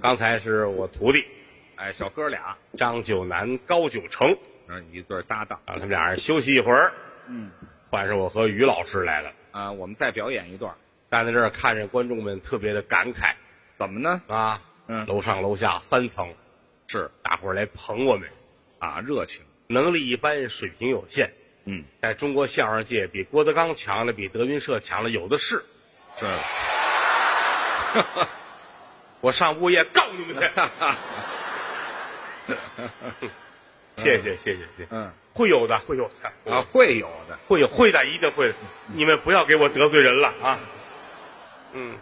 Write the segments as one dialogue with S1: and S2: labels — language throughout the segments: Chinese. S1: 刚才是我徒弟
S2: 哎，小哥俩，
S1: 张九南、高九成，啊
S2: 嗯，一对搭档
S1: 让他们俩人休息一会儿。
S2: 嗯，
S1: 换上我和于老师来了，
S2: 啊，我们再表演一段，
S1: 站在这儿看着观众们，特别的感慨
S2: 怎么呢？
S1: 啊。
S2: 嗯
S1: 楼上楼下三层，
S2: 是
S1: 大伙儿来捧我们，
S2: 啊，热情，
S1: 能力一般，水平有限。
S2: 嗯，
S1: 在中国相声界，比郭德纲强的，比德云社强的有的是。
S2: 是，
S1: 我上物业告你们去。谢谢谢谢谢谢，
S2: 嗯，
S1: 会有的，会有的
S2: 啊，，会有的，
S1: 会有会的，一定会的。你们不要给我得罪人了啊！嗯，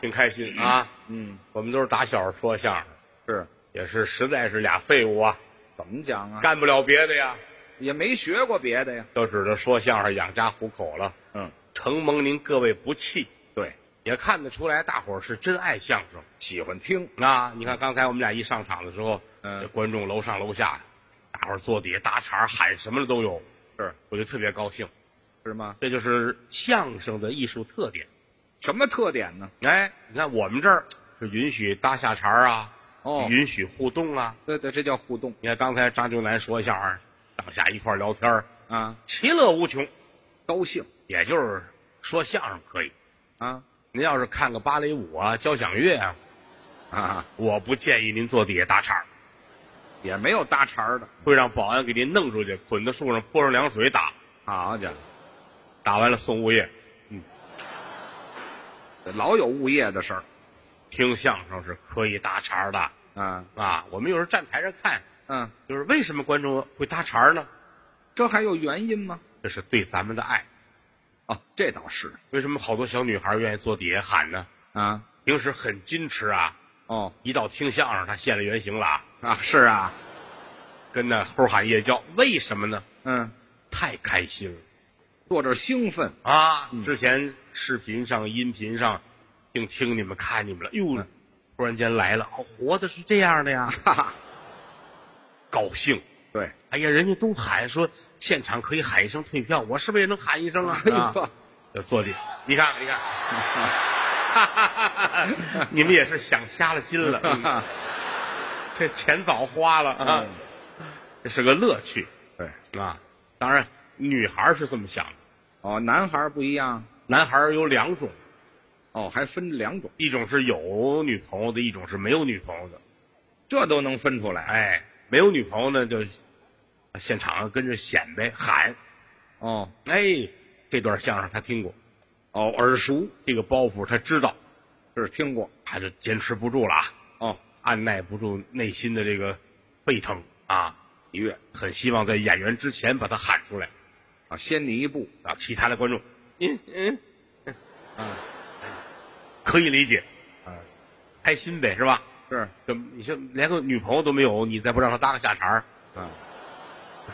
S1: 挺开心啊。
S2: 嗯，
S1: 我们都是打小说相声，
S2: 是，
S1: 也是实在是俩废物啊，
S2: 怎么讲啊？
S1: 干不了别的呀，
S2: 也没学过别的呀。
S1: 就指着说相声养家糊口了。
S2: 嗯，
S1: 承蒙您各位不弃，
S2: 对，
S1: 也看得出来大伙儿是真爱相声。
S2: 喜欢听，
S1: 啊，你看刚才我们俩一上场的时候，
S2: 嗯
S1: 这观众楼上楼下，大伙儿坐底下搭茬儿喊什么的都有，
S2: 是
S1: 我就特别高兴。
S2: 是吗？
S1: 这就是相声的艺术特点。
S2: 什么特点呢？
S1: 哎，你看我们这儿是允许搭下茬儿啊，
S2: 哦
S1: 允许互动啊。
S2: 对对，这叫互动
S1: 你看刚才张九南说相声，上下一块儿聊天儿，
S2: 啊，
S1: 其乐无穷。
S2: 高兴
S1: 也就是说相声可以，
S2: 啊
S1: 您要是看个芭蕾舞啊、交响乐啊，
S2: 啊，
S1: 我不建议您坐底下搭茬儿，
S2: 也没有搭茬儿的。
S1: 会让保安给您弄出去，捆到树上泼上凉水打。
S2: 好家伙，
S1: 打完了送物业。
S2: 这老有物业的事儿
S1: 听相声是可以搭茬的
S2: 啊，
S1: 啊！我们有时候站台上看，
S2: 嗯，
S1: 就是为什么观众会搭茬呢？
S2: 这还有原因吗？
S1: 这是对咱们的爱。
S2: 哦，这倒是
S1: 为什么好多小女孩愿意坐底下喊呢？
S2: 啊，
S1: 平时很矜持啊，
S2: 哦
S1: 一到听相声，她现了原形了啊，
S2: 啊，是啊，
S1: 跟那吼喊夜叫。为什么呢？
S2: 嗯，
S1: 太开心了
S2: 坐这儿兴奋，
S1: 啊！
S2: 嗯
S1: 之前视频上、音频上，净听你们、看你们了，哟，
S2: 嗯
S1: 突然间来了，哦，活的是这样的呀，
S2: 哈哈，
S1: 高兴。
S2: 对，
S1: 哎呀，人家都喊说现场可以喊一声退票，我是不是也能喊一声啊？
S2: 哎
S1: 啊
S2: 呦，
S1: 就坐地，你看， 你看，你们也是想瞎了心了， 嗯
S2: 啊
S1: 这钱早花了啊
S2: 嗯！
S1: 这是个乐趣
S2: 对，
S1: 啊！当然，女孩是这么想的，
S2: 哦，男孩儿不一样，
S1: 男孩有两种，
S2: 哦，还分两种，
S1: 一种是有女朋友的，一种是没有女朋友的。
S2: 这都能分出来。
S1: 哎，没有女朋友呢，就现场跟着显摆喊，
S2: 哦
S1: 哎，这段相声他听过。
S2: 哦，耳熟
S1: 这个包袱他知道，
S2: 是听过
S1: 他就坚持不住了啊，
S2: 哦，
S1: 按耐不住内心的这个沸腾啊，
S2: 喜悦
S1: 很希望在演员之前把他喊出来
S2: 啊，先你一步，
S1: 啊。其他的观众嗯
S2: 啊
S1: 可以理解，
S2: 啊，
S1: 开心呗，是吧？
S2: 是
S1: 这你这连个女朋友都没有，你再不让他搭个下茬儿
S2: 啊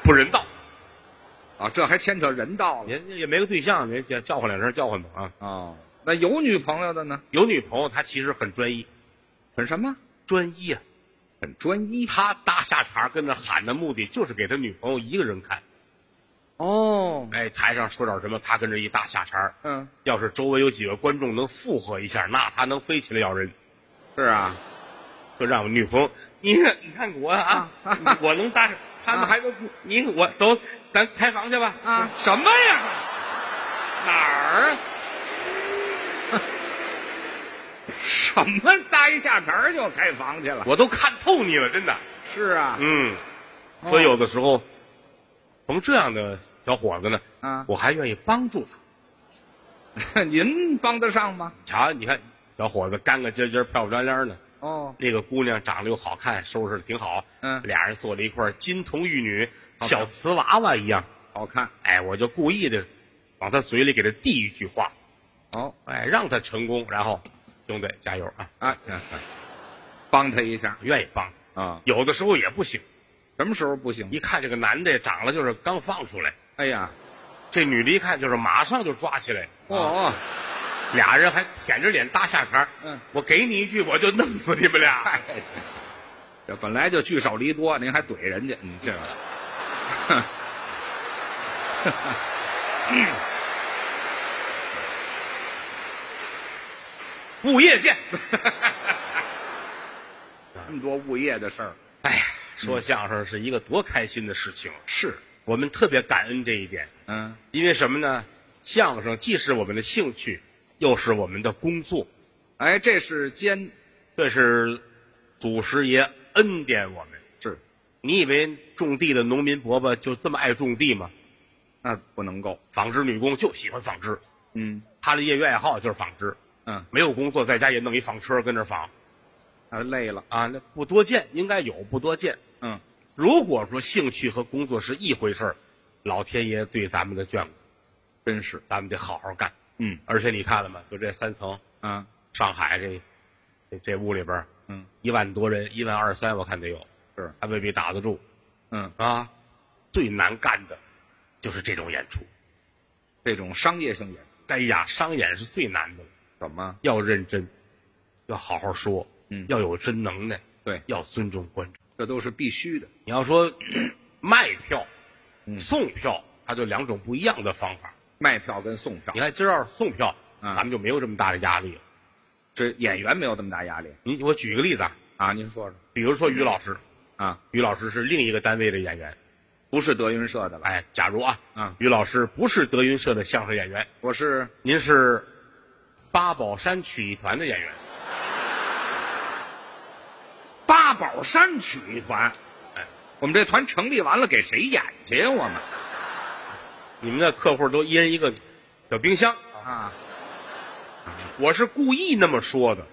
S1: 不人道。
S2: 啊，这还牵扯人道了
S1: 也也没个对象，人家叫唤两声，叫唤吧啊。
S2: 哦。那有女朋友的呢？
S1: 有女朋友，他其实很专一，
S2: 很什么？
S1: 专一啊。
S2: 很专 一
S1: 他搭下茬儿跟那喊的目的，就是给他女朋友一个人看。
S2: 哦。
S1: 哎，台上说点什么，他跟这一搭下茬儿
S2: 嗯，
S1: 要是周围有几个观众能附和一下，那他能飞起来咬人。
S2: 是啊，
S1: 就让我女朋友，你看，你看我啊，
S2: 啊
S1: 我能搭上，他们还能、你我走，咱开房去吧。
S2: 啊，什么呀？
S1: 哪儿啊？
S2: 什么搭一下茬儿就开房去了？
S1: 我都看透你了，真的。
S2: 是啊，
S1: 嗯，
S2: 哦
S1: 所以有的时候，从这样的小伙子呢，
S2: 啊
S1: 我还愿意帮助他。
S2: 您帮得上吗？
S1: 瞧，你看小伙子干干净净、漂漂亮亮的，
S2: 哦，
S1: 那个姑娘长得又好看，收拾的挺好，
S2: 嗯
S1: 俩人坐在一块儿，金童玉女，
S2: 好看
S1: 小瓷娃娃一样。
S2: 好看
S1: 哎，我就故意的往他嘴里给他递一句话，
S2: 哦
S1: 哎，让他成功，然后兄弟加油啊，
S2: 啊，帮他一下
S1: 愿意帮。
S2: 啊。
S1: 有的时候也不行，
S2: 什么时候不行？
S1: 一看这个男的长得就是刚放出来，
S2: 哎呀，
S1: 这女的一看就是马上就抓起来，啊，
S2: 哦，
S1: 俩人还舔着脸搭下茬儿，
S2: 嗯
S1: 我给你一句，我就弄死你们俩。
S2: 哎，这这本来就聚少离多，您还怼人家，你这个
S1: 物业见，
S2: 么多物业的事儿。
S1: 哎呀，说相声是一个多开心的事情，啊
S2: 是，
S1: 我们特别感恩这一点，
S2: 嗯，
S1: 因为什么呢？相声既是我们的兴趣，又是我们的工作，
S2: 哎，这是兼
S1: 这是祖师爷恩典我们。
S2: 是，
S1: 你以为种地的农民伯伯就这么爱种地吗？
S2: 那不能够。
S1: 纺织女工就喜欢纺织，
S2: 嗯
S1: 她的业余爱好就是纺织，
S2: 嗯，
S1: 没有工作在家也弄一纺车跟着纺
S2: 啊，累了。
S1: 啊，那不多见，应该有不多见。
S2: 嗯，
S1: 如果说兴趣和工作是一回事儿，老天爷对咱们的眷顾，
S2: 真是。
S1: 咱们得好好干。
S2: 嗯
S1: 而且你看了吗？就这三层，
S2: 啊，
S1: 上海这这这屋里边儿
S2: 嗯
S1: 一万多人，一万二三，我看得有，
S2: 是。
S1: 还未必打得住
S2: 嗯，
S1: 啊。最难干的就是这种演出，
S2: 这种商业性演出
S1: 哎呀，商演是最难的了，
S2: 怎么？
S1: 要认真，要好好说，
S2: 嗯
S1: 要有真能耐，
S2: 对，
S1: 要尊重观众。
S2: 这都是必须的。
S1: 你要说卖票、
S2: 嗯
S1: 送票，它就两种不一样的方法。
S2: 卖票跟送票
S1: 你，看，今儿要是送票，
S2: 嗯
S1: 咱们就没有这么大的压力了。
S2: 这演员没有这么大压力
S1: 你我举个例子啊，
S2: 啊。您说说
S1: 比如说于老师，
S2: 啊，
S1: 于老师是另一个单位的演员。
S2: 不是德云社的吧？
S1: 哎，假如啊，
S2: 嗯
S1: 于老师不是德云社的相声演员，
S2: 我是
S1: 您是八宝山曲艺团的演员。
S2: 八宝山曲艺团。
S1: 哎，
S2: 我们这团成立完了，给谁演去呀？我们
S1: 你们的客户都一人一个小冰箱，
S2: 啊，
S1: 我是故意那么说的，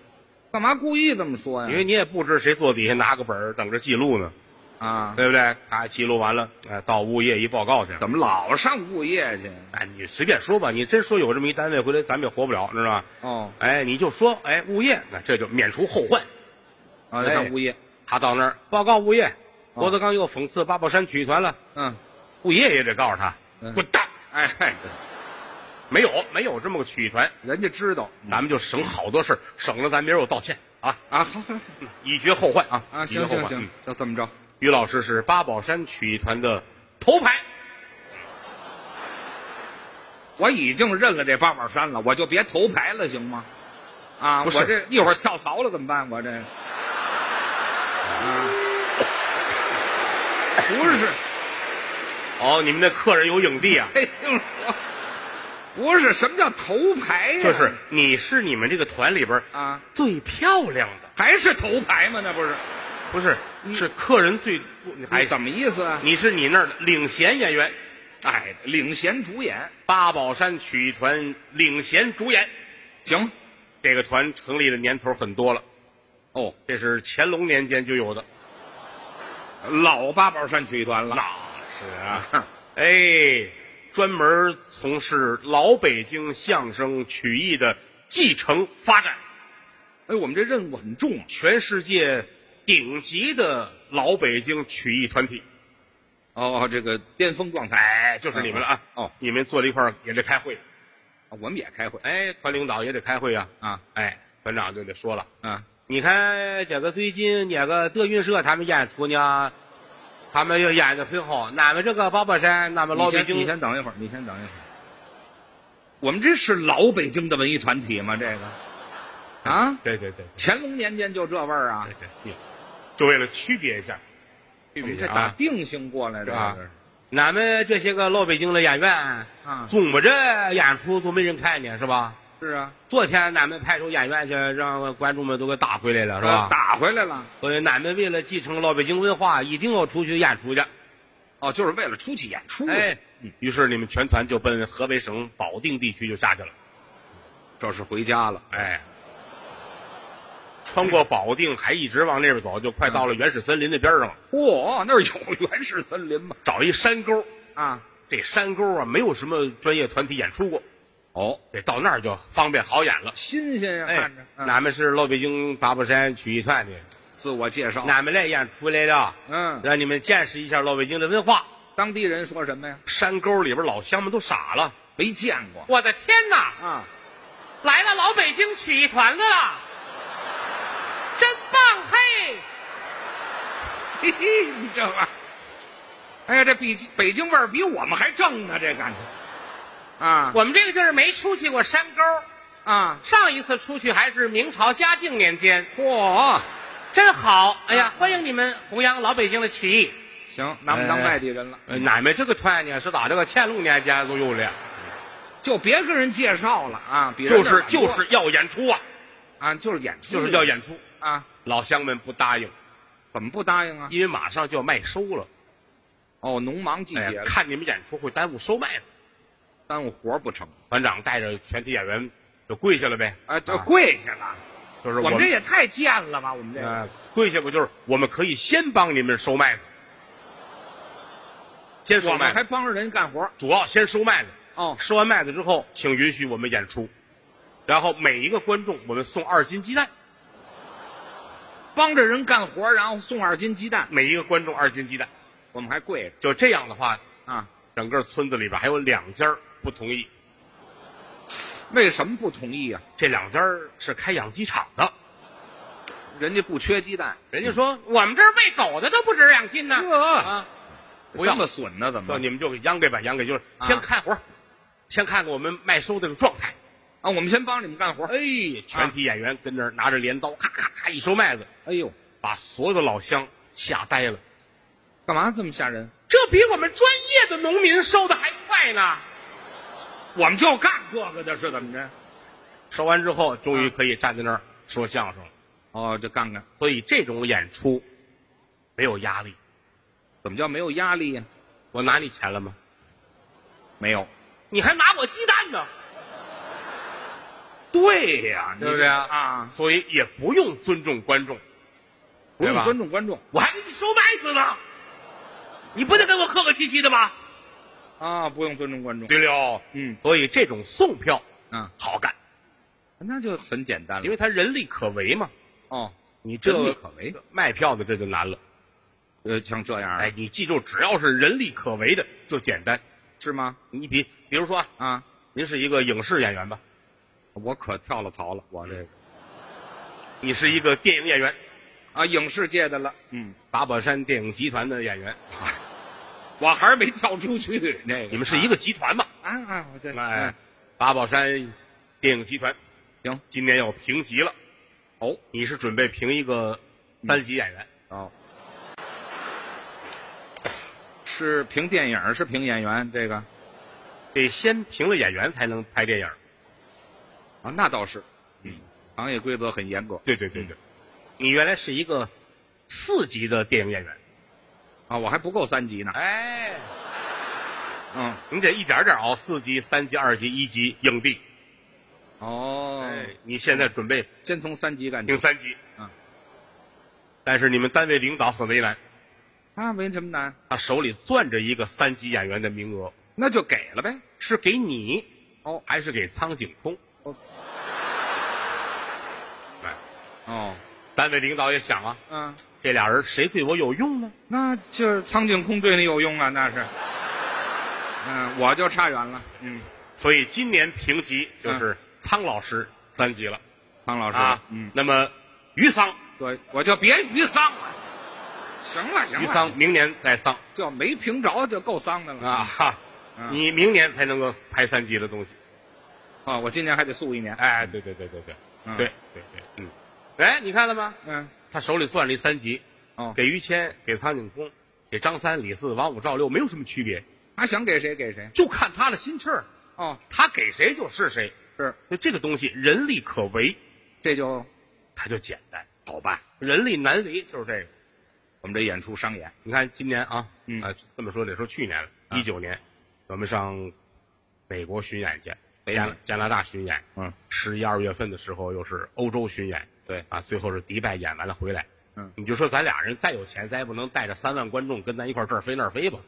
S2: 干嘛故意这么说呀？
S1: 因为你也不知谁坐底下拿个本儿等着记录呢，
S2: 啊，
S1: 对不对？他记录完了，哎，到物业一报告去。
S2: 怎么老上物业去？
S1: 哎，你随便说吧，你真说有这么一单位回来，咱们也活不了，知道吧？
S2: 哦，
S1: 哎，你就说，哎，物业，那这就免除后患。
S2: 啊，要上物业。
S1: 他到那儿报告物业，
S2: 哦
S1: 郭德纲又讽刺八宝山曲艺团了，
S2: 嗯，
S1: 物业也得告诉他，
S2: 嗯
S1: 滚蛋，
S2: 哎，嘿
S1: 没有没有这么个曲艺团，
S2: 人家知道
S1: 咱们就省好多事儿，省了咱明儿我道歉啊，
S2: 啊，好好好
S1: 嗯以绝后患啊，
S2: 啊，
S1: 以绝后
S2: 行行
S1: 患。
S2: 行
S1: 嗯，
S2: 就这么着。
S1: 于老师是八宝山曲艺团的头牌，
S2: 我已经认了这八宝山了，我就别头牌了，行吗？啊，
S1: 不是
S2: 我这一会儿跳槽了怎么办？我这，啊，不是，
S1: 哦，你们那客人有影帝啊，
S2: 没听说，不是什么叫头牌呀、
S1: 就是你是你们这个团里边
S2: 啊，
S1: 最漂亮的，
S2: 还是头牌吗？那不是？
S1: 不是
S2: 你
S1: 是客人最，
S2: 哎，
S1: 哎，
S2: 怎么意思啊？
S1: 你是你那儿的领衔演员，
S2: 哎，领衔主演，
S1: 八宝山曲艺团领衔主演。
S2: 行，
S1: 这个团成立的年头很多了，
S2: 哦，
S1: 这是乾隆年间就有的。
S2: 老八宝山曲艺团了。
S1: 是啊，哎，专门从事老北京相声曲艺的继承发展，
S2: 哎，我们这任务很重啊。
S1: 全世界顶级的老北京曲艺团体。
S2: 哦，这个巅峰状态，
S1: 哎，就是你们了啊！
S2: 哦，
S1: 你们坐在一块儿也得开会，
S2: 我们也开会
S1: 哎，团领导也得开会啊。
S2: 啊
S1: 哎，团长就得说了。
S2: 啊，
S1: 你看这个最近那个德云社他们演出呢，他们又演的很好。俺们这个八宝山，
S2: 啊
S1: 俺们老北
S2: 你
S1: 京，
S2: 先等一会儿，你先等一会儿。我们这是老北京的文艺团体吗？这个啊，
S1: 对对对
S2: 乾隆年间就这味儿啊
S1: 对，对，就为了区别一下，
S2: 我
S1: 区别
S2: 们
S1: 一
S2: 这
S1: 下
S2: 打
S1: 啊！
S2: 定性过来的
S1: 啊
S2: 这是
S1: 俺们这些个老北京的演员，
S2: 啊
S1: 琢磨着演出都没人看呢，是吧？
S2: 是啊，
S1: 昨天俺们派出演员去，让观众们都给呃打回来了，是吧？
S2: 打回来了
S1: 所以俺们为了继承老北京文化，一定要出去演出去。
S2: 哦，就是为了出去演出
S1: 哎
S2: 哎，，
S1: 于是你们全团就奔河北省保定地区就下去了。
S2: 这是回家了
S1: 哎，穿过保定，还一直往那边走，就快到了原始森林的边上了。
S2: 嚯，那儿有原始森林吗？
S1: 找一山沟，
S2: 啊，
S1: 这山沟啊，没有什么专业团体演出过，
S2: 哦，
S1: 这到那儿就方便好演了。
S2: 新鲜呀，
S1: 哎
S2: 看着，嗯
S1: 俺们是老北京八宝山曲艺团的，
S2: 自我介绍，
S1: 俺们来演出来了，
S2: 嗯，
S1: 让你们见识一下老北京的文化。
S2: 当地人说什么呀？
S1: 山沟里边老乡们都傻了，
S2: 没见过
S1: 我的天哪！
S2: 啊，
S1: 来了老北京曲艺团的了，真棒嘿！
S2: 嘿嘿，你这玩意儿，哎呀，这比北京味儿比我们还正呢，这感觉啊
S1: 我们这个地儿没出去过山沟，
S2: 啊，
S1: 上一次出去还是明朝嘉靖年间，
S2: 嚯，
S1: 真好！哎呀
S2: 啊，
S1: 欢迎你们弘扬老北京的曲艺。
S2: 行，拿不当外地人了，
S1: 呃俺们这个团呢是打这个乾隆年间录用的，
S2: 就别跟人介绍了啊！比人
S1: 就
S2: 那
S1: 是
S2: 晚多
S1: 就是要演出啊，
S2: 啊，就是演出，
S1: 就是要演出。
S2: 啊，
S1: 老乡们不答应，
S2: 怎么不答应啊？
S1: 因为马上就要麦收了，
S2: 哦，农忙季
S1: 哎
S2: 节
S1: 呀，
S2: 了，
S1: 看你们演出会耽误收麦子。
S2: 耽误活不成？
S1: 团长带着全体演员就跪下了呗，
S2: 啊，这
S1: 啊
S2: 跪下了，
S1: 就是
S2: 我
S1: 们
S2: 们这哎也太贱了吧！我们这个
S1: 呃，跪下不就是我们可以先帮你们收麦子，先收
S2: 我们
S1: 麦
S2: 还
S1: 子，
S2: 帮着人干活
S1: 主要先收麦子。
S2: 哦，
S1: 收完麦子之后，请允许我们演出，然后每一个观众我们送二斤鸡蛋，
S2: 帮着人干活，然后送二斤鸡蛋，
S1: 每一个观众二斤鸡蛋。
S2: 我们还跪着
S1: 就这样的话，
S2: 啊？
S1: 整个村子里边还有两家儿不同意，
S2: 为什么不同意啊？
S1: 这两家儿是开养鸡场的，
S2: 人家不缺鸡蛋，
S1: 人家说我们这儿喂狗的都不止两斤呢，
S2: 呵，
S1: 啊，不
S2: 这
S1: 要
S2: 么损呢？怎么
S1: 说？你们就给秧给吧，秧给就是
S2: 啊
S1: 先看活儿，先看看我们麦收这个状态。
S2: 啊，我们先帮你们干活。啊
S1: 哎，全体演员跟那儿拿着镰刀，咔咔咔一收麦子，
S2: 哎呦，
S1: 把所有的老乡吓呆了。
S2: 干嘛这么吓人？
S1: 这比我们专业的农民收的还快呢。
S2: 我们就干这个的，是怎么着？
S1: 收完之后，终
S2: 啊
S1: 于可以站在那儿说相声了。
S2: 哦，就干干。
S1: 所以这种演出没有压力。
S2: 怎么叫没有压力呀、
S1: 我拿你钱了吗？
S2: 没有。
S1: 你还拿我鸡蛋呢，
S2: 对呀、
S1: 对不对啊？
S2: 啊，
S1: 所以也不用尊重观众，
S2: 不
S1: 对
S2: 用
S1: 吧
S2: 尊重观众
S1: 我还给你收麦子呢，你不得跟我客客气气的吗？
S2: 啊，不用尊重观众。
S1: 对了，
S2: 嗯
S1: 所以这种送票
S2: 啊，
S1: 好干，
S2: 那就很简单了。
S1: 因为他人力可为嘛。
S2: 哦，
S1: 你
S2: 人力
S1: 这
S2: 可为，
S1: 卖票的这就难了。
S2: 呃，像这样的、
S1: 哎，你记住，只要是人力可为的就简单。
S2: 是吗？
S1: 你比比如说啊，
S2: 啊，
S1: 您是一个影视演员吧？
S2: 我可跳了槽了，我这个
S1: 你是一个电影演员，
S2: 啊，影视界的了。嗯，
S1: 八宝山电影集团的演员，
S2: 我还是没跳出去。这个
S1: 你们是一个集团嘛？
S2: 啊啊，我这
S1: 哎，，八宝山电影集团
S2: 行
S1: 今年要评级了，
S2: 哦
S1: 你是准备评一个三级演员？
S2: 哦，是评电影，是评演员，这个
S1: 得先评了演员才能拍电影。
S2: 啊，那倒是，嗯，行业规则很严格
S1: 对对对对，你原来是一个四级的电影演员，
S2: 啊，我还不够三级呢。
S1: 哎，
S2: 嗯，
S1: 你得一点点熬，四级、三级、二级、一级影帝。
S2: 哦，
S1: 哎，你现在准备
S2: 先从三级干起
S1: 评。三级，
S2: 嗯，
S1: 但是你们单位领导很为难，
S2: 啊，没什么难，
S1: 他手里攥着一个三级演员的名额，
S2: 那就给了呗。
S1: 是给你
S2: 哦
S1: 还是给苍井空？
S2: 哦
S1: 哎，
S2: 哦，
S1: 单位领导也想啊，
S2: 嗯、
S1: 这俩人谁对我有用呢？
S2: 那就是苍井空对你有用啊，那是。嗯、我就差远了。嗯，
S1: 所以今年评级就是苍老师三级了
S2: 苍嗯老师，
S1: 啊。
S2: 嗯，
S1: 那么于桑，
S2: 我我就别鱼桑了。行了行
S1: 于
S2: 了，
S1: 桑明年再桑
S2: 就没评着就够桑的了
S1: 啊，哈，
S2: 嗯
S1: 你明年才能够拍三级的东西。
S2: 啊！我今年还得素一年。
S1: 哎，对对对对对，
S2: 嗯
S1: 对对对，嗯。哎，你看了吗？
S2: 嗯，
S1: 他手里攥了一三级，
S2: 哦，
S1: 给于谦，给苍井空，给张三、李四、王五、赵六，没有什么区别，
S2: 他想给谁给谁。
S1: 就看他的心气儿，
S2: 哦，
S1: 他给谁就是谁。
S2: 是，
S1: 那这个东西人力可为，
S2: 这就
S1: 它就简单好办；人力难为，就是这个。
S2: 我们这演出商演。
S1: 你看今年啊，
S2: 嗯
S1: 啊，这么说得说去年了，
S2: 啊
S1: 一九年，我们上美国巡演去，
S2: 北
S1: 加
S2: 美
S1: 加拿大巡演，
S2: 嗯，
S1: 十一二月份的时候又是欧洲巡演，
S2: 对
S1: 啊，最后是迪拜演完了回来，
S2: 嗯，
S1: 你就说咱俩人再有钱，咱也不能带着三万观众跟咱一块儿这儿飞那儿飞吧，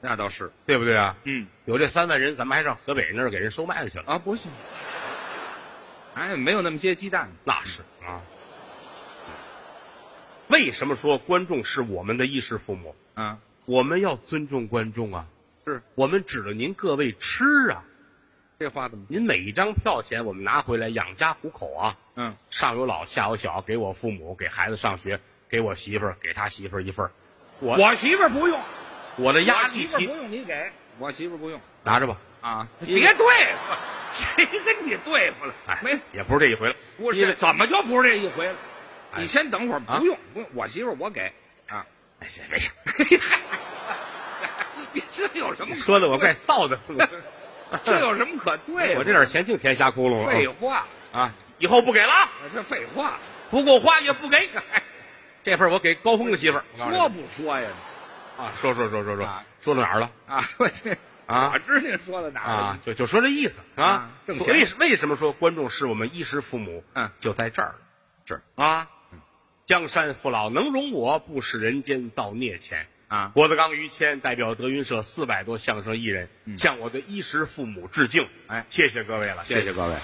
S2: 那倒是。
S1: 对不对啊？
S2: 嗯，
S1: 有这三万人，咱们还上河北那儿给人收麦子去了，
S2: 啊，不行。哎，没有那么些鸡蛋。
S1: 那是啊。为什么说观众是我们的衣食父母？
S2: 啊，
S1: 我们要尊重观众啊，
S2: 是
S1: 我们指着您各位吃啊，
S2: 这话怎么？
S1: 您每一张票钱我们拿回来养家糊口啊，
S2: 嗯，
S1: 上有老下有小，给我父母，给孩子上学，给我媳妇儿，给他媳妇儿一份儿我
S2: 我媳妇儿不用，
S1: 我的压
S2: 我
S1: 力
S2: 媳妇儿
S1: 期
S2: 不用你给，我媳妇儿不用
S1: 拿着吧，
S2: 啊。
S1: 因为
S2: 别对付，谁跟你对付了？
S1: 哎，
S2: 没，
S1: 也不是这一回了，
S2: 我
S1: 因
S2: 是
S1: 为
S2: 怎么就不是这一回了？
S1: 哎
S2: 你先等会儿，
S1: 啊
S2: 不用，不用，我媳妇儿我给 啊。
S1: 哎，这没事，
S2: 你这有什么可
S1: 说的我怪臊 的，
S2: 这有什么可对的？
S1: 我这点钱净填瞎窟窿
S2: 废
S1: 了
S2: 话，
S1: 啊啊！以后不给了啊，
S2: 这废话，
S1: 不够花也不给。 这份我给高峰的媳妇儿，
S2: 说不说呀？
S1: 啊，说说说说说
S2: 啊，
S1: 说到哪儿了
S2: 啊， 我这
S1: 啊
S2: 哪？知道说到哪儿
S1: 啊
S2: 了？，
S1: 就就说这意思啊
S2: 啊。挣钱
S1: 所以为什么说观众是我们衣食父母？
S2: 嗯
S1: 就在这儿，
S2: 这儿
S1: 啊。江山父老能容我，不使人间造孽钱。
S2: 啊，
S1: 郭德纲、于谦代表德云社四百多相声艺人，向我的衣食父母致敬。
S2: 哎
S1: 谢谢各位了，嗯谢
S2: 谢各位。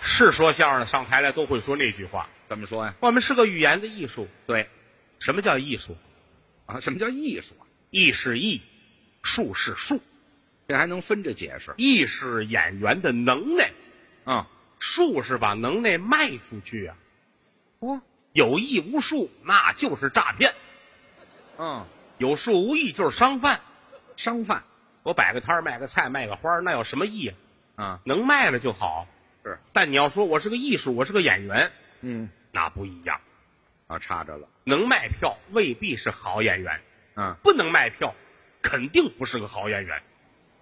S1: 是说相声的上台来都会说那句话：
S2: 怎么说呀？
S1: 我们是个语言的艺术。
S2: 对
S1: 什么叫艺术？
S2: 啊，什么叫艺术啊？
S1: 艺是艺，术是术，
S2: 这还能分着解释
S1: 艺是演员的能耐，
S2: 啊？
S1: 术是把能耐卖出去啊。
S2: 哦，
S1: 有意无术那就是诈骗，
S2: 嗯，
S1: 有术无艺就是商贩。
S2: 商贩
S1: 我摆个摊儿卖个菜卖个花儿，那有什么意啊？
S2: 啊，
S1: 能卖了就好。
S2: 是，
S1: 但你要说我是个艺术，我是个演员，
S2: 嗯，
S1: 那不一样。
S2: 啊，差着了，
S1: 能卖票未必是好演员，
S2: 嗯，
S1: 不能卖票肯定不是个好演员。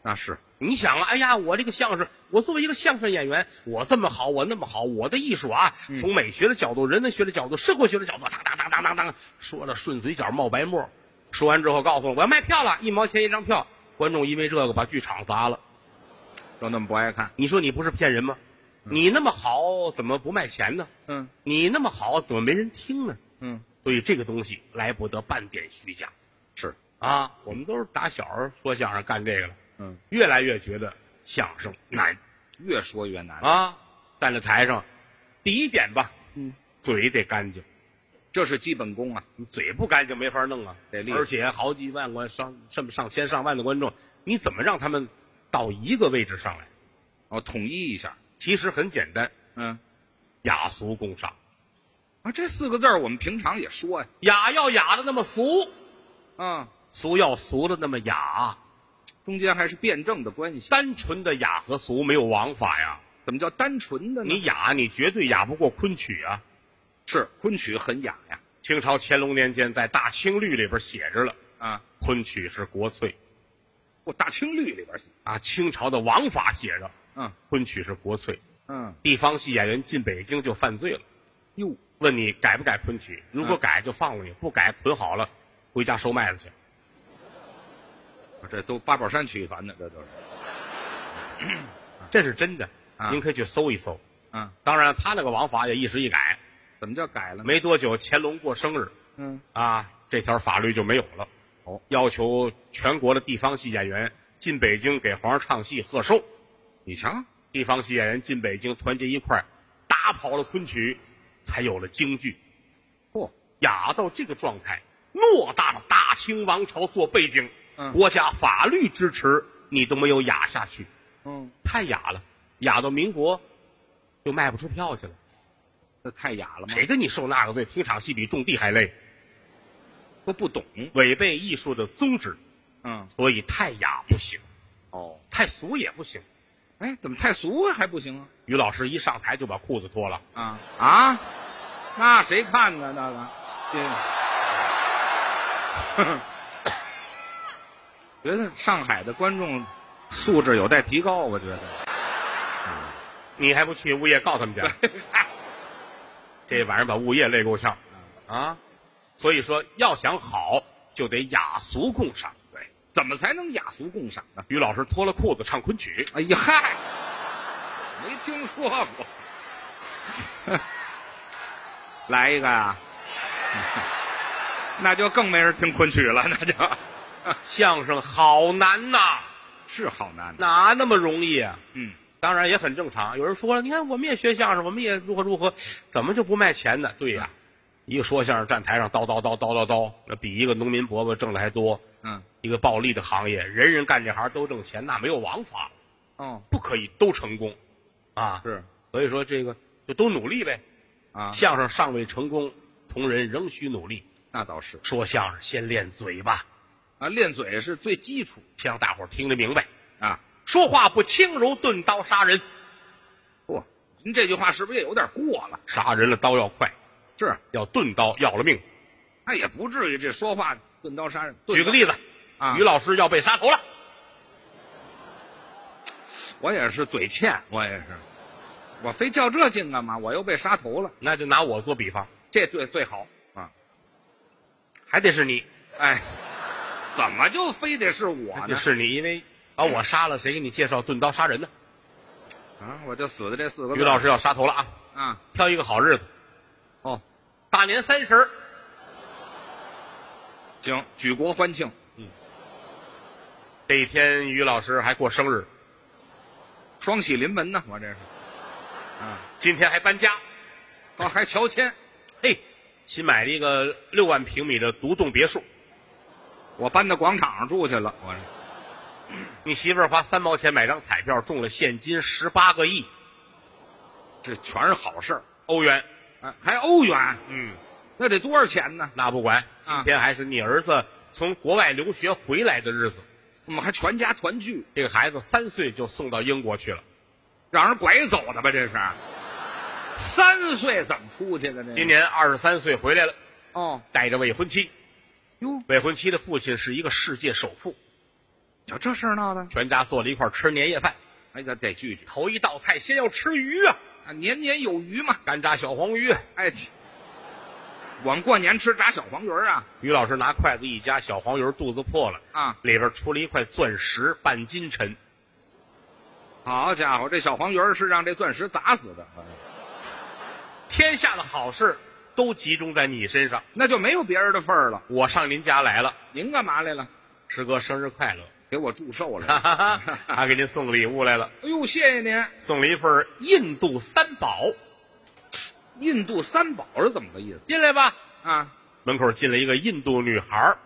S2: 那是
S1: 你想啊，哎呀，我这个相声，我作为一个相声演员，我这么好，我那么好，我的艺术啊，从美学的角度、人文学的角度、社会学的角度，当当当当当当，说了顺嘴角冒白沫，说完之后告诉我我要卖票了，一毛钱一张票，观众因为这个把剧场砸了。
S2: 就那么不爱看，
S1: 你说你不是骗人吗？你那么好，怎么不卖钱呢？
S2: 嗯
S1: 你那么好，怎么没人听呢？
S2: 嗯，
S1: 所以这个东西来不得半点虚假
S2: 是，
S1: 啊！我们都是打小儿说相声干这个了，
S2: 嗯，
S1: 越来越觉得相声难
S2: 越说越难，
S1: 啊！站在台上，第一点吧，
S2: 嗯，
S1: 嘴得干净，
S2: 这是基本功啊，
S1: 你嘴不干净没法弄啊
S2: 得利。索
S1: 而且好几万观上上上千上万的观众，你怎么让他们到一个位置上来？
S2: 哦，统一一下，
S1: 其实很简单，
S2: 嗯，
S1: 雅俗共赏，
S2: 啊，这四个字儿我们平常也说呀，
S1: 雅要雅的那么俗，
S2: 啊，
S1: 俗要俗的那么雅，
S2: 中间还是辩证的关系，
S1: 单纯的雅和俗没有王法呀。
S2: 怎么叫单纯的呢？
S1: 你雅，你绝对雅不过昆曲啊！
S2: 是昆曲很雅呀，
S1: 清朝乾隆年间在《大清律》里边写着了，
S2: 啊，
S1: 昆曲是国粹
S2: 我大清律里边写，
S1: 啊。清朝的王法写着，
S2: 嗯
S1: 昆曲是国粹。
S2: 嗯，
S1: 地方戏演员进北京就犯罪了，
S2: 哟，
S1: 问你改不改昆曲？如果
S2: 嗯
S1: 改就放了你，不改捆好了，回家收麦子去。
S2: 这都八宝山曲艺团的，这都是，嗯
S1: 这是真的，
S2: 啊
S1: 您可以去搜一搜。
S2: 啊，
S1: 当然，他那个王法也一时一改，
S2: 怎么叫改了呢？
S1: 没多久乾隆过生日，
S2: 嗯，
S1: 啊，这条法律就没有了。
S2: 哦，
S1: 要求全国的地方戏演员进北京给皇上唱戏贺寿。
S2: 你瞧，
S1: 地方戏演员进北京团结一块儿，打跑了昆曲，才有了京剧。
S2: 嚯、
S1: 雅到这个状态，偌大的大清王朝做背景，
S2: 嗯
S1: 国家法律支持，你都没有雅下去，
S2: 嗯，
S1: 太雅了。雅到民国，就卖不出票去了。
S2: 这太雅了吗？
S1: 谁跟你受那个罪？听场戏比种地还累，
S2: 都不懂，
S1: 违背艺术的宗旨。
S2: 嗯，
S1: 所以太雅不行，
S2: 哦，
S1: 太俗也不行。
S2: 哎，怎么太俗啊还不行啊？
S1: 于老师一上台就把裤子脱了，
S2: 啊啊，那谁看呢？那个，这 觉得上海的观众素质有待提高，我觉得。
S1: 你还不去物业告他们去？啊 这晚上把物业累够呛
S2: 嗯
S1: 啊！所以说，要想好就得雅俗共赏。
S2: 对，怎么才能雅俗共赏呢？
S1: 于老师脱了裤子唱昆曲，
S2: 哎呀嗨，没听说过。来一个呀、那就更没人听昆曲了，那就
S1: 相声好难呐，
S2: 是好难的。
S1: 哪那么容易啊？
S2: 嗯，
S1: 当然也很正常。有人说了，你看我们也学相声，我们也如何如何，怎么就不卖钱呢？对呀、一个说相声站台上叨叨叨叨叨叨，那比一个农民伯伯挣的还多。
S2: 嗯，
S1: 一个暴利的行业，人人干这行都挣钱，那没有王法，
S2: 哦，
S1: 不可以都成功，啊，
S2: 是
S1: 所以说这个就都努力呗。
S2: 啊，
S1: 相声尚未成功，同仁仍需努力。
S2: 那倒是
S1: 说相声先练嘴巴，
S2: 啊，练嘴是最基础
S1: 这样大伙儿听得明白。
S2: 啊。
S1: 说话不轻如钝刀杀人，
S2: 嚯，您这句话是不是也有点过了？
S1: 杀人了刀要快，
S2: 是，
S1: 要钝刀要了命。
S2: 那也不至于这说话钝刀杀人。
S1: 举个
S2: 子
S1: 例子，
S2: 啊
S1: 于老师要被杀头了，
S2: 我也是嘴欠，我也是，我非较这劲干嘛？我又被杀头了，
S1: 那就拿我做比方，
S2: 这对最好啊！
S1: 还得是你，
S2: 哎，怎么就非得是我
S1: 还
S2: 呢
S1: 得？是你，因为把我杀了，谁给你介绍钝刀杀人呢？
S2: 啊，我就死在这四个
S1: 于
S2: 字
S1: 老师要杀头了啊，
S2: 啊！
S1: 挑一个好日子，
S2: 哦，
S1: 大年三十儿
S2: 行，举国欢庆，
S1: 这一天，于老师还过生日，
S2: 双喜临门呢，我这是啊，
S1: 今天还搬家，
S2: 哦，还乔迁，
S1: 嘿，新买了一个六万平米的独栋别墅，
S2: 我搬到广场上住去了，我这
S1: 你媳妇儿花三毛钱买张彩票中了现金十八个亿
S2: 这全是好事儿，
S1: 欧元，
S2: 哎，还欧元，
S1: 嗯。
S2: 那得多少钱呢？
S1: 那不管，今天还是你儿子从国外留学回来的日子。
S2: 我们还全家团聚，
S1: 这个孩子三岁就送到英国去了，
S2: 让人拐走的吧？这是，三岁怎么出去的？这个
S1: 今年二十三岁回来了，
S2: 哦，
S1: 带着未婚妻。
S2: 哟，
S1: 未婚妻的父亲是一个世界首富，
S2: 就这事儿闹的，
S1: 全家坐了一块儿吃年夜饭。
S2: 哎，得得聚聚
S1: 头一道菜先要吃鱼啊，
S2: 啊，年年有余嘛。
S1: 干炸小黄鱼。啊
S2: 哎，我们过年吃炸小黄鱼儿啊
S1: 于老师拿筷子一夹，小黄鱼肚子破了，
S2: 啊，
S1: 里边出了一块钻石，半斤沉。
S2: 好家伙，这小黄鱼儿是让这钻石砸死的，
S1: 天下的好事都集中在你身上。
S2: 那就没有别人的份儿了。
S1: 我上您家来了，
S2: 您干嘛来了？
S1: 师哥生日快乐！
S2: 给我祝寿
S1: 哈
S2: 来了。
S1: 哈哈，他给您送礼物来了，
S2: 哎呦，谢谢您。
S1: 送了一份印度三宝。
S2: 印度三宝是怎么个意思
S1: 进来吧，
S2: 啊？
S1: 门口进来一个印度女孩，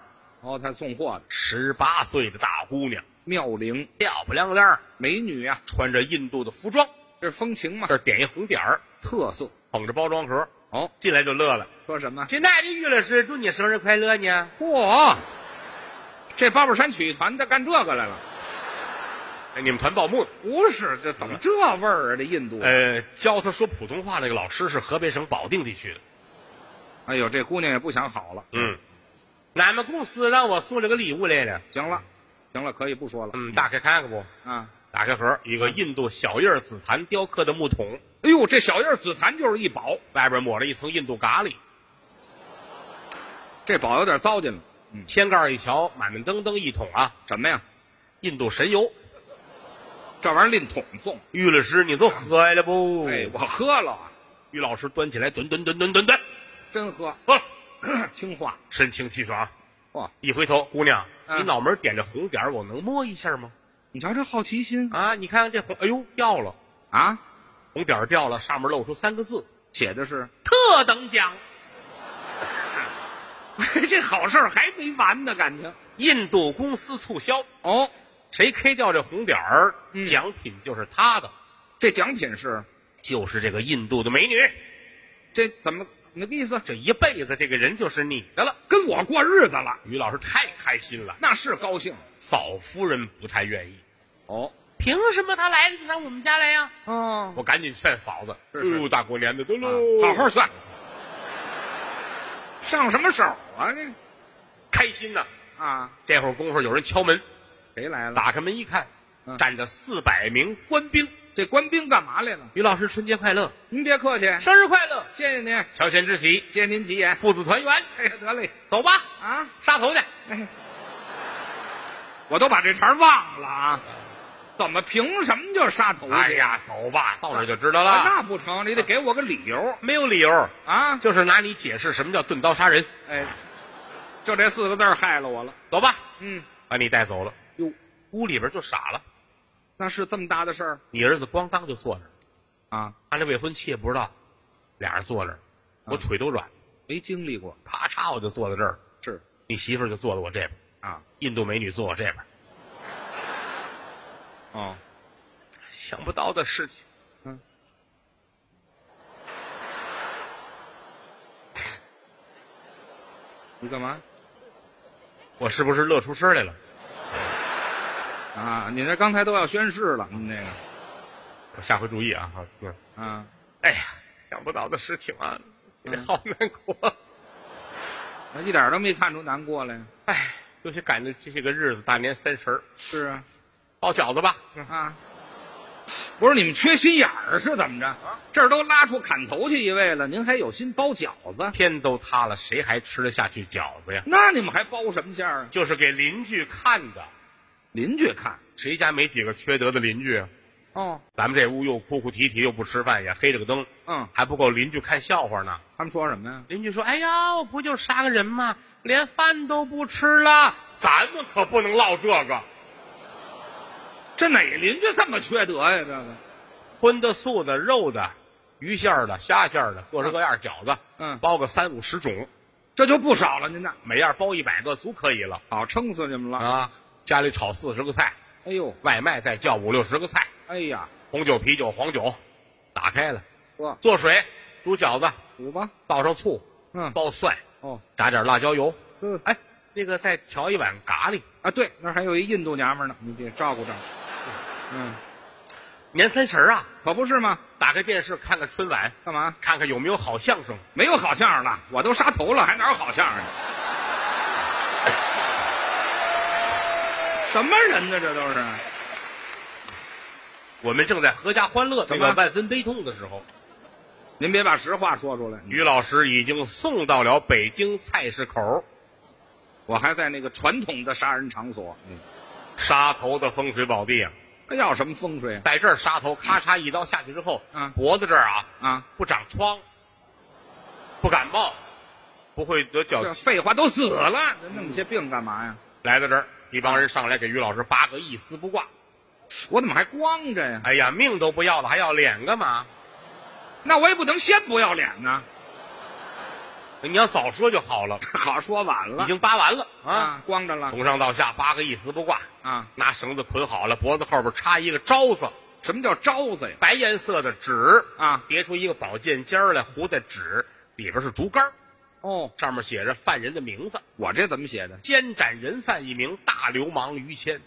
S2: 哦，他送货的
S1: 十八岁的大姑娘，
S2: 妙龄
S1: 漂漂亮亮，
S2: 美女呀、
S1: 穿着印度的服装，
S2: 这风情嘛
S1: 这，儿点一红点儿，
S2: 特色。
S1: 捧着包装盒
S2: 哦，
S1: 进来就乐了。
S2: 说什么？
S1: 亲爱的于老师，祝你生日快乐呢！
S2: 嚯，这八宝山曲艺团的干这个来了？
S1: 哎，你们团报幕呢。
S2: 不是，这怎么这味儿啊？这印度，
S1: 呃，教他说普通话那个老师是河北省保定地区的。
S2: 哎呦，这姑娘也不想好了。
S1: 嗯，俺们公司让我送了个礼物来了。
S2: 行了，行了，可以不说了。
S1: 嗯，打开看看不？
S2: 啊，
S1: 打开盒，一个印度小叶紫檀雕刻的木桶，
S2: 哎呦，这小叶紫檀就是一宝，
S1: 外边抹了一层印度咖喱。
S2: 这宝有点糟践了。嗯，
S1: 天盖一瞧，满满登登一桶啊，
S2: 什么呀？
S1: 印度神油。
S2: 这玩意儿拎桶送。
S1: 于老师，你都喝来了不？
S2: 哎，我喝了啊，
S1: 于老师端起来，吨吨吨吨吨吨，
S2: 真喝，
S1: 喝了，
S2: 听话。
S1: 神清气爽。
S2: 哇，
S1: 一回头，姑娘，
S2: 嗯
S1: 你脑门点着红点儿，我能摸一下吗？
S2: 你瞧这好奇心
S1: 啊，你看看这红，哎呦，掉了，
S2: 啊，
S1: 红点儿掉了，上面露出三个字：
S2: 写的是
S1: 特等奖。
S2: 这好事儿还没完呢，感情。
S1: 印度公司促销，
S2: 哦，
S1: 谁 K 掉这红点儿，
S2: 嗯
S1: 奖品就是他的，
S2: 这奖品是
S1: 就是这个印度的美女。
S2: 这怎么那个意思？
S1: 这一辈子，这个人就是你的了。
S2: 跟我过日子了，
S1: 于老师太开心了，
S2: 那是高兴。
S1: 嫂夫人不太愿意。
S2: 哦
S1: 凭什么他来了就上我们家来呀、
S2: 哦，
S1: 我赶紧劝嫂子，
S2: 是是啊
S1: 哎呦大过年的都喽、
S2: 好好劝，上什么手啊？这
S1: 开心呐、
S2: 啊，
S1: 这会儿功夫有人敲门，
S2: 谁来了？
S1: 打开门一看，
S2: 嗯
S1: 站着四百名官兵。
S2: 这官兵干嘛来了？
S1: 于老师，春节快乐，
S2: 您别客气，
S1: 生日快乐，
S2: 谢谢您，
S1: 乔迁之喜，
S2: 借您吉言。
S1: 父子团圆，
S2: 哎呀，得嘞
S1: 走吧，
S2: 啊！
S1: 杀头去。
S2: 哎，我都把这茬儿忘了啊！怎么凭什么就杀头去？
S1: 哎呀，走吧，到那儿就知道了。
S2: 啊，那不成，你得给我个理由
S1: 没有理由，
S2: 啊！
S1: 就是拿你解释什么叫钝刀杀人。
S2: 哎，就这四个字儿害了我了。
S1: 走吧，
S2: 嗯，
S1: 把你带走了。
S2: 哟，
S1: 屋里边就傻了，
S2: 那是这么大的事儿
S1: 你儿子咣当就坐那儿，
S2: 啊，
S1: 他那未婚妻也不知道，俩人坐那儿，我腿都软，
S2: 没经历过，
S1: 啪嚓我就坐在这儿，
S2: 是
S1: 你媳妇儿就坐在我这边，
S2: 啊，
S1: 印度美女坐我这边，
S2: 哦，
S1: 想不到的事情。
S2: 嗯，
S1: 你干嘛？我是不是乐出声来了？
S2: 啊，你这刚才都要宣誓了，您这个
S1: 我下回注意啊！啊嗯
S2: 啊，
S1: 哎呀，想不到的事情啊，也好难过。
S2: 我一点都没看出难过来。
S1: 哎，尤其赶着这些个日子，大年三十儿
S2: 是啊，
S1: 包饺子吧。
S2: 啊，不是你们缺心眼儿是怎么着？这儿都拉出砍头去一位了，您还有心包饺子？
S1: 天都塌了，谁还吃得下去饺子呀？
S2: 那你们还包什么馅儿啊？
S1: 就是给邻居看的，
S2: 邻居看
S1: 谁家没几个缺德的邻居啊？
S2: 哦，
S1: 咱们这屋又哭哭啼啼，又不吃饭，也黑着个灯，
S2: 嗯，
S1: 还不够邻居看笑话呢。
S2: 他们说什么呀？
S1: 邻居说：“哎呀，我不就杀个人吗？连饭都不吃了。”咱们可不能落这个，
S2: 这哪邻居这么缺德呀？这个，
S1: 荤的、素的、肉的、鱼馅儿的、虾馅儿的，各式各样饺子，
S2: 嗯
S1: 包个三五十种，
S2: 这就不少了，您嗯这
S1: 每样包一百个，足可以了
S2: 好撑死你们了。
S1: 啊！家里炒四十个菜，
S2: 哎呦，
S1: 外卖再叫五六十个菜，
S2: 哎呀，
S1: 红酒、啤酒、黄酒，打开了，
S2: 呵，
S1: 做水煮饺子，
S2: 补吧，
S1: 倒上醋，
S2: 嗯，
S1: 包蒜，
S2: 哦，
S1: 炸点辣椒油，
S2: 嗯
S1: 哎，那个再调一碗咖喱。
S2: 啊，对，那儿还有一印度娘们儿呢，你得照顾照顾。嗯，
S1: 年三十啊，
S2: 可不是吗？
S1: 打开电视看看春晚，
S2: 干嘛？
S1: 看看有没有好相声。
S2: 没有好相声了，我都杀头了，还哪有好相啊 声？什么人呢？这都是
S1: 我们正在阖家欢乐、这
S2: 怎
S1: 个
S2: 么
S1: 万分悲痛的时候，
S2: 您别把实话说出来。
S1: 于老师已经送到了北京菜市口。
S2: 我还在那个传统的杀人场所，嗯，
S1: 杀头的风水宝地啊，
S2: 那要什么风水啊？
S1: 在这儿杀头，咔嚓一刀下去之后，
S2: 嗯
S1: 脖子这儿啊
S2: 啊，
S1: 不长疮，不感冒，不会得脚
S2: 这
S1: 气。
S2: 废话都死了，弄些病干嘛呀？
S1: 来到这儿，一帮人上来给于老师八个一丝不挂。
S2: 我怎么还光着呀？
S1: 哎呀，命都不要了，还要脸干嘛？
S2: 那我也不能先不要脸啊呢。
S1: 你要早说就好了，
S2: 好说晚
S1: 已
S2: 了
S1: 经扒完了啊，
S2: 啊，光着了
S1: 从上到下八个一丝不挂，
S2: 啊。
S1: 拿绳子捆好了，脖子后边插一个招子，
S2: 什么叫招子呀？
S1: 白颜色的纸，
S2: 啊，
S1: 别出一个宝剑尖儿来，糊在纸里边是竹竿儿，
S2: 哦，
S1: 上面写着犯人的名字，
S2: 我这怎么写的？
S1: 监斩人犯一名，大流氓于谦。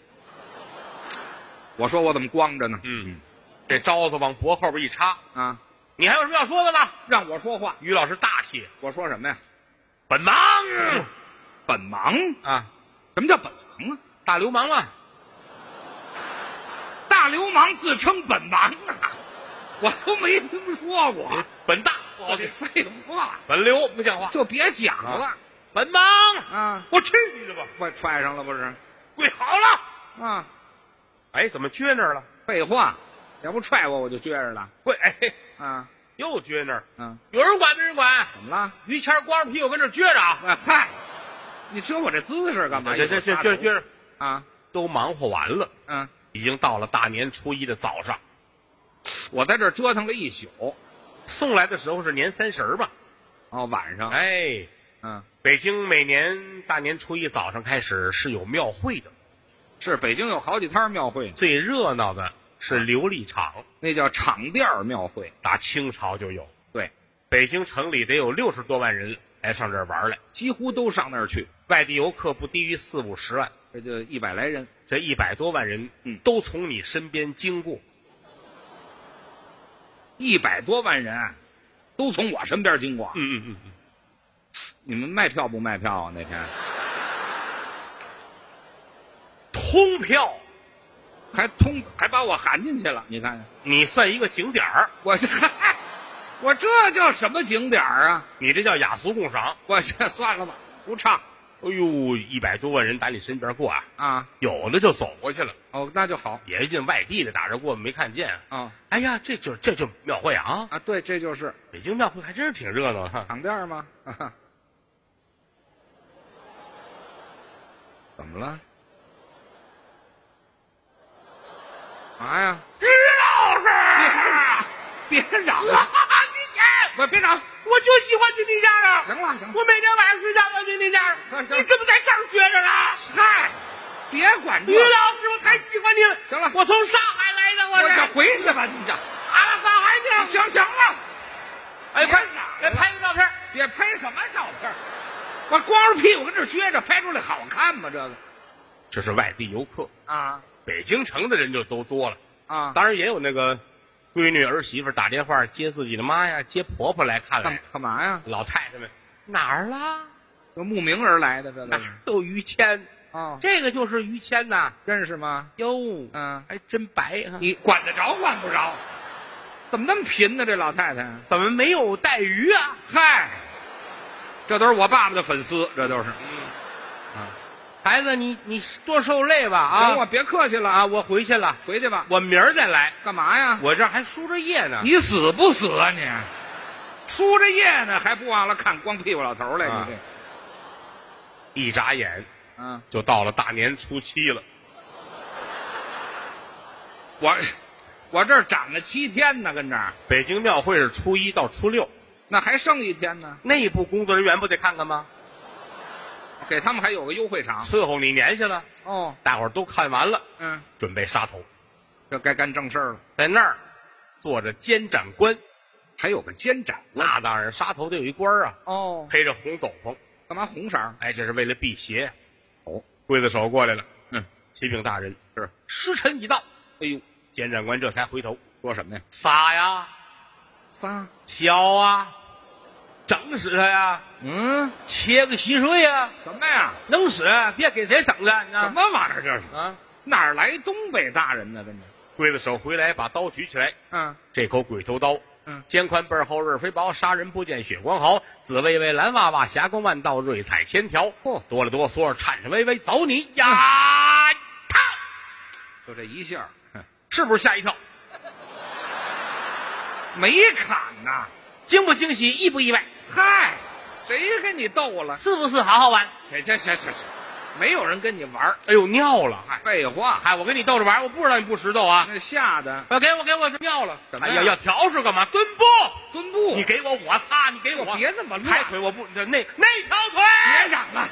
S2: 我说我怎么光着呢？
S1: 嗯，这招子往脖后边一插，
S2: 啊，
S1: 你还有什么要说的吗？
S2: 让我说话，
S1: 于老师大气，
S2: 我说什么呀？
S1: 本忙
S2: 本忙？
S1: 啊，
S2: 什么叫本忙啊？
S1: 大流氓嘛，
S2: 大流氓自称本忙啊，我都没听说过。
S1: 本大不好
S2: 我
S1: 听
S2: 这，废话，
S1: 本流不像话，
S2: 就别讲了
S1: 啊本忙，
S2: 啊！
S1: 我去你的吧，
S2: 我踹上了不是？
S1: 跪好了。
S2: 啊，
S1: 哎，怎么撅那儿了？
S2: 废话，要不踹我我就撅着了
S1: 跪，哎，
S2: 啊！
S1: 又撅那儿，
S2: 嗯，
S1: 有人管没人管？
S2: 怎么了？
S1: 于谦光着屁股跟这儿撅着啊，
S2: 哎嗨，你说我这姿势干嘛？
S1: 这这这撅撅着，
S2: 啊，
S1: 都忙活完了，
S2: 嗯，
S1: 已经到了大年初一的早上。
S2: 我在这儿折腾了一宿，
S1: 送来的时候是年三十儿吧？
S2: 哦，晚上，
S1: 哎，
S2: 嗯，
S1: 北京每年大年初一早上开始是有庙会的，
S2: 是北京有好几摊庙会，
S1: 最热闹的是琉璃厂，
S2: 那叫场店儿庙会。
S1: 打清朝就有。
S2: 对，
S1: 北京城里得有六十多万人来上这儿玩儿来，
S2: 几乎都上那儿去，
S1: 外地游客不低于四五十万，
S2: 这就一百来人。
S1: 这一百多万人
S2: 嗯
S1: 都从你身边经过。
S2: 一百多万人，啊都从我身边经过。
S1: 嗯嗯嗯，
S2: 你们卖票不卖票啊？那天
S1: 通票，
S2: 还通还把我含进去了，你看看
S1: 你算一个景点儿，
S2: 我这、嗨，我这叫什么景点儿啊？
S1: 你这叫雅俗共赏。
S2: 我这 算了吧，不唱
S1: 哎呦，一百多万人打你身边过啊，
S2: 啊。
S1: 有的就走过去了，
S2: 哦，那就好
S1: 也进外地的打着过没看见。
S2: 啊
S1: 哎呀，这就这就庙会啊！
S2: 啊，对，这就是
S1: 北京庙会还真是挺热闹的。
S2: 场店儿吗？ 啊哈怎么了？嘛呀？
S1: 于老 师，
S2: 别嚷
S1: 我
S2: 了，
S1: 啊你钱，
S2: 我别嚷。
S1: 我就喜欢去你家的，
S2: 行了行了，
S1: 我每天晚上睡觉都去你家。
S2: 行
S1: 你怎么在这儿撅着呢？
S2: 嗨，别管这
S1: 于，老师，我太喜欢你了。
S2: 行了
S1: 我从上海来的，我
S2: 我
S1: 是
S2: 这回去吧，你这。
S1: 阿拉上海的。
S2: 行行了，
S1: 哎，快
S2: 别嚷了
S1: 来拍个照片。
S2: 别拍什么照片儿，我光着屁股跟这儿撅着，拍出来好看吗？这个
S1: 这是外地游客，
S2: 啊
S1: 北京城的人就都多了。
S2: 啊，
S1: 当然也有那个闺女儿媳妇打电话接自己的妈呀，接婆婆来看
S2: 干
S1: 来，
S2: 干嘛呀？
S1: 老太太们哪儿啦？
S2: 这慕名而来的，这
S1: 哪
S2: 都
S1: 儿
S2: 是
S1: 有于谦？
S2: 啊，
S1: 这个就是于谦呐！
S2: 认识吗？
S1: 哟，
S2: 嗯，
S1: 还真白啊！
S2: 你管得着管不着？怎么那么贫呢？这老太太，
S1: 怎么没有带鱼啊？
S2: 嗨，这都是我爸爸的粉丝，这都是。
S1: 嗯孩子，你你多受累吧啊！
S2: 行，我别客气了啊，
S1: 啊，我回去了，
S2: 回去吧。
S1: 我明儿再来。
S2: 干嘛呀？
S1: 我这还输着液呢。
S2: 你死不死啊你？输着液呢，还不忘了看光屁股老头儿来？
S1: 啊
S2: 你
S1: 一眨眼
S2: 这，啊，
S1: 就到了大年初七了。
S2: 我我这儿攒了七天呢，跟这儿，
S1: 北京庙会是初一到初六，
S2: 那还剩一天呢，
S1: 内部工作人员不得看看吗？
S2: 给他们还有个优惠场。
S1: 伺候你年下了，
S2: 哦，
S1: 大伙儿都看完了，
S2: 嗯，
S1: 准备杀头，
S2: 这该干正事儿了。
S1: 在那儿坐着监斩官，
S2: 还有个监斩
S1: 那当然杀头得有一官儿啊，
S2: 哦，
S1: 披着红斗篷，
S2: 干嘛红色儿？
S1: 哎，这是为了避邪。
S2: 哦，
S1: 刽子手过来了，
S2: 嗯，
S1: 启禀大人，
S2: 是。
S1: 时辰已到。
S2: 哎呦，
S1: 监斩官这才回头，
S2: 说什么呀？
S1: 撒呀，
S2: 仨。
S1: 削啊，整死他呀，
S2: 嗯，
S1: 切个稀碎呀，
S2: 什么呀？
S1: 弄死，别给谁省着。你
S2: 什么玩意儿这是？
S1: 啊？
S2: 哪儿来东北大人呢？跟这，
S1: 刽子手回来，把刀举起来，
S2: 嗯
S1: 这口鬼头刀，
S2: 嗯，
S1: 肩宽背厚刃飞薄，杀人不见血光毫，紫薇薇蓝娃娃霞光万道，瑞彩千条，
S2: 嚯嗯
S1: 哆了哆嗦，颤颤巍巍，走你呀！他
S2: 就这一下儿，哼
S1: 是不是吓一跳？
S2: 没砍呐。
S1: 惊不惊喜？意不意外？
S2: 嗨，谁跟你逗了？
S1: 是不是好好玩？
S2: 这这这这这，没有人跟你玩儿。
S1: 哎呦，尿了！嗨
S2: 废话，
S1: 哎嗨，我跟你逗着玩，我不知道你不识逗啊！
S2: 那吓得
S1: 啊，给我给我尿了！
S2: 怎么
S1: 哎
S2: 呀
S1: 呀，要调试干嘛？蹲步！
S2: 蹲步。
S1: 你给我，我擦！你给
S2: 就
S1: 我，
S2: 别那么
S1: 抬
S2: 乱，
S1: 腿我不那那那条腿！
S2: 别嚷了，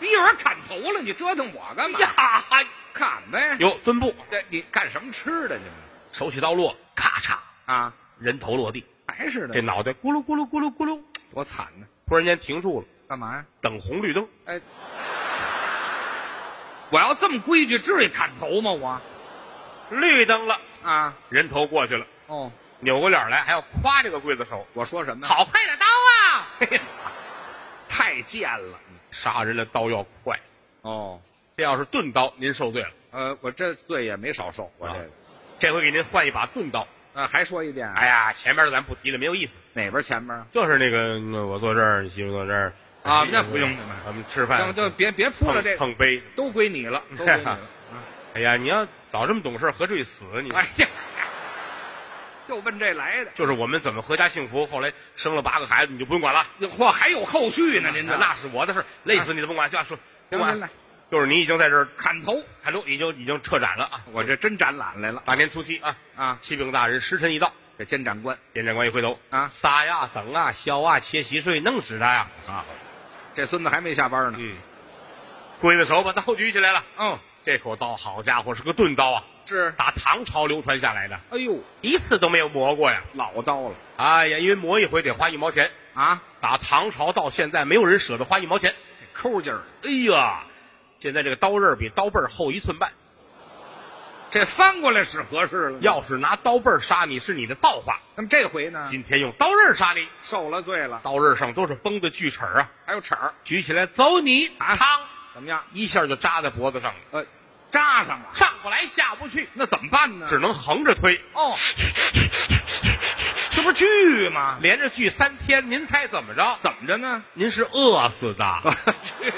S2: 一会儿砍头了，你折腾我干嘛？
S1: 呀！
S2: 砍呗。
S1: 有蹲步，
S2: 这你干什么吃的你们
S1: 手起刀落，咔嚓，
S2: 啊？
S1: 人头落地，
S2: 还是
S1: 这
S2: 的，
S1: 脑袋咕噜咕噜咕噜咕噜，
S2: 多惨呢！
S1: 突然间停住了，
S2: 干嘛呀？
S1: 等红绿灯。
S2: 哎，我要这么规矩，至于砍头吗？我
S1: 绿灯了，
S2: 啊，
S1: 人头过去了，
S2: 哦，
S1: 扭过脸来还要夸这个刽子手，
S2: 我说什么呢？
S1: 好快的刀 啊！
S2: 嘿太贱了！
S1: 杀人的刀要快，
S2: 哦，
S1: 这要是钝刀，您受罪了。
S2: 呃，我这罪也没少受，我这个。
S1: 这回给您换一把钝刀。
S2: 啊，还说一遍，
S1: 哎呀，前面的咱不提了，没有意思。
S2: 哪边前面啊？
S1: 就是那个，嗯我坐这儿，你媳妇坐这儿
S2: 啊
S1: 哎
S2: 那不用
S1: 咱们吃
S2: 就
S1: 饭
S2: 就别别扑了，
S1: 碰
S2: 这个
S1: 碰杯。
S2: 都归你了，都归你 了。啊
S1: 哎呀，你要早这么懂事，何至于死啊你？
S2: 哎呀，就问这来的。
S1: 就是我们怎么阖家幸福，后来生了八个孩子，你就不用管了。啊
S2: 嚯，还有后续呢，您这
S1: 那是我的事儿，累死你都不管，就要说不
S2: 行行
S1: 管
S2: 来。
S1: 就是你已经在这儿，
S2: 砍头，
S1: 海龙已经已经撤斩了啊！
S2: 我这真展览来了
S1: 大年初七啊，
S2: 啊！
S1: 启禀大人，时辰一到，
S2: 这监斩官
S1: 监斩官一回头
S2: 啊
S1: 撒呀、整啊、削啊、切稀碎，弄死他呀！
S2: 啊，这孙子还没下班呢。
S1: 嗯，刽子手把刀举起来了，
S2: 哦，
S1: 这口刀好家伙是个钝刀啊，
S2: 是，
S1: 打唐朝流传下来的，
S2: 哎呦，
S1: 一次都没有磨过呀！
S2: 老刀了
S1: 哎呀，因为磨一回得花一毛钱，
S2: 啊！
S1: 打唐朝到现在没有人舍得花一毛钱。
S2: 这抠劲儿，
S1: 哎呀，现在这个刀刃儿比刀背儿厚一寸半，
S2: 这翻过来使合适了。，
S1: 要是拿刀背儿杀你是你的造化，
S2: 那么这回呢，
S1: 今天用刀刃儿杀你，
S2: 受了罪了，
S1: 刀刃儿上都是崩的锯齿儿啊，
S2: 还有齿儿，
S1: 举起来走你，
S2: 啊
S1: 嘡，
S2: 怎么样？
S1: 一下就扎在脖子上了，
S2: 呃，扎上了，
S1: 上不来下不去，
S2: 那怎么办呢？
S1: 只能横着推，
S2: 哦，这不是锯吗？
S1: 连着锯三天，您猜怎么着？
S2: 怎么着呢？
S1: 您是饿死的。
S2: 我去。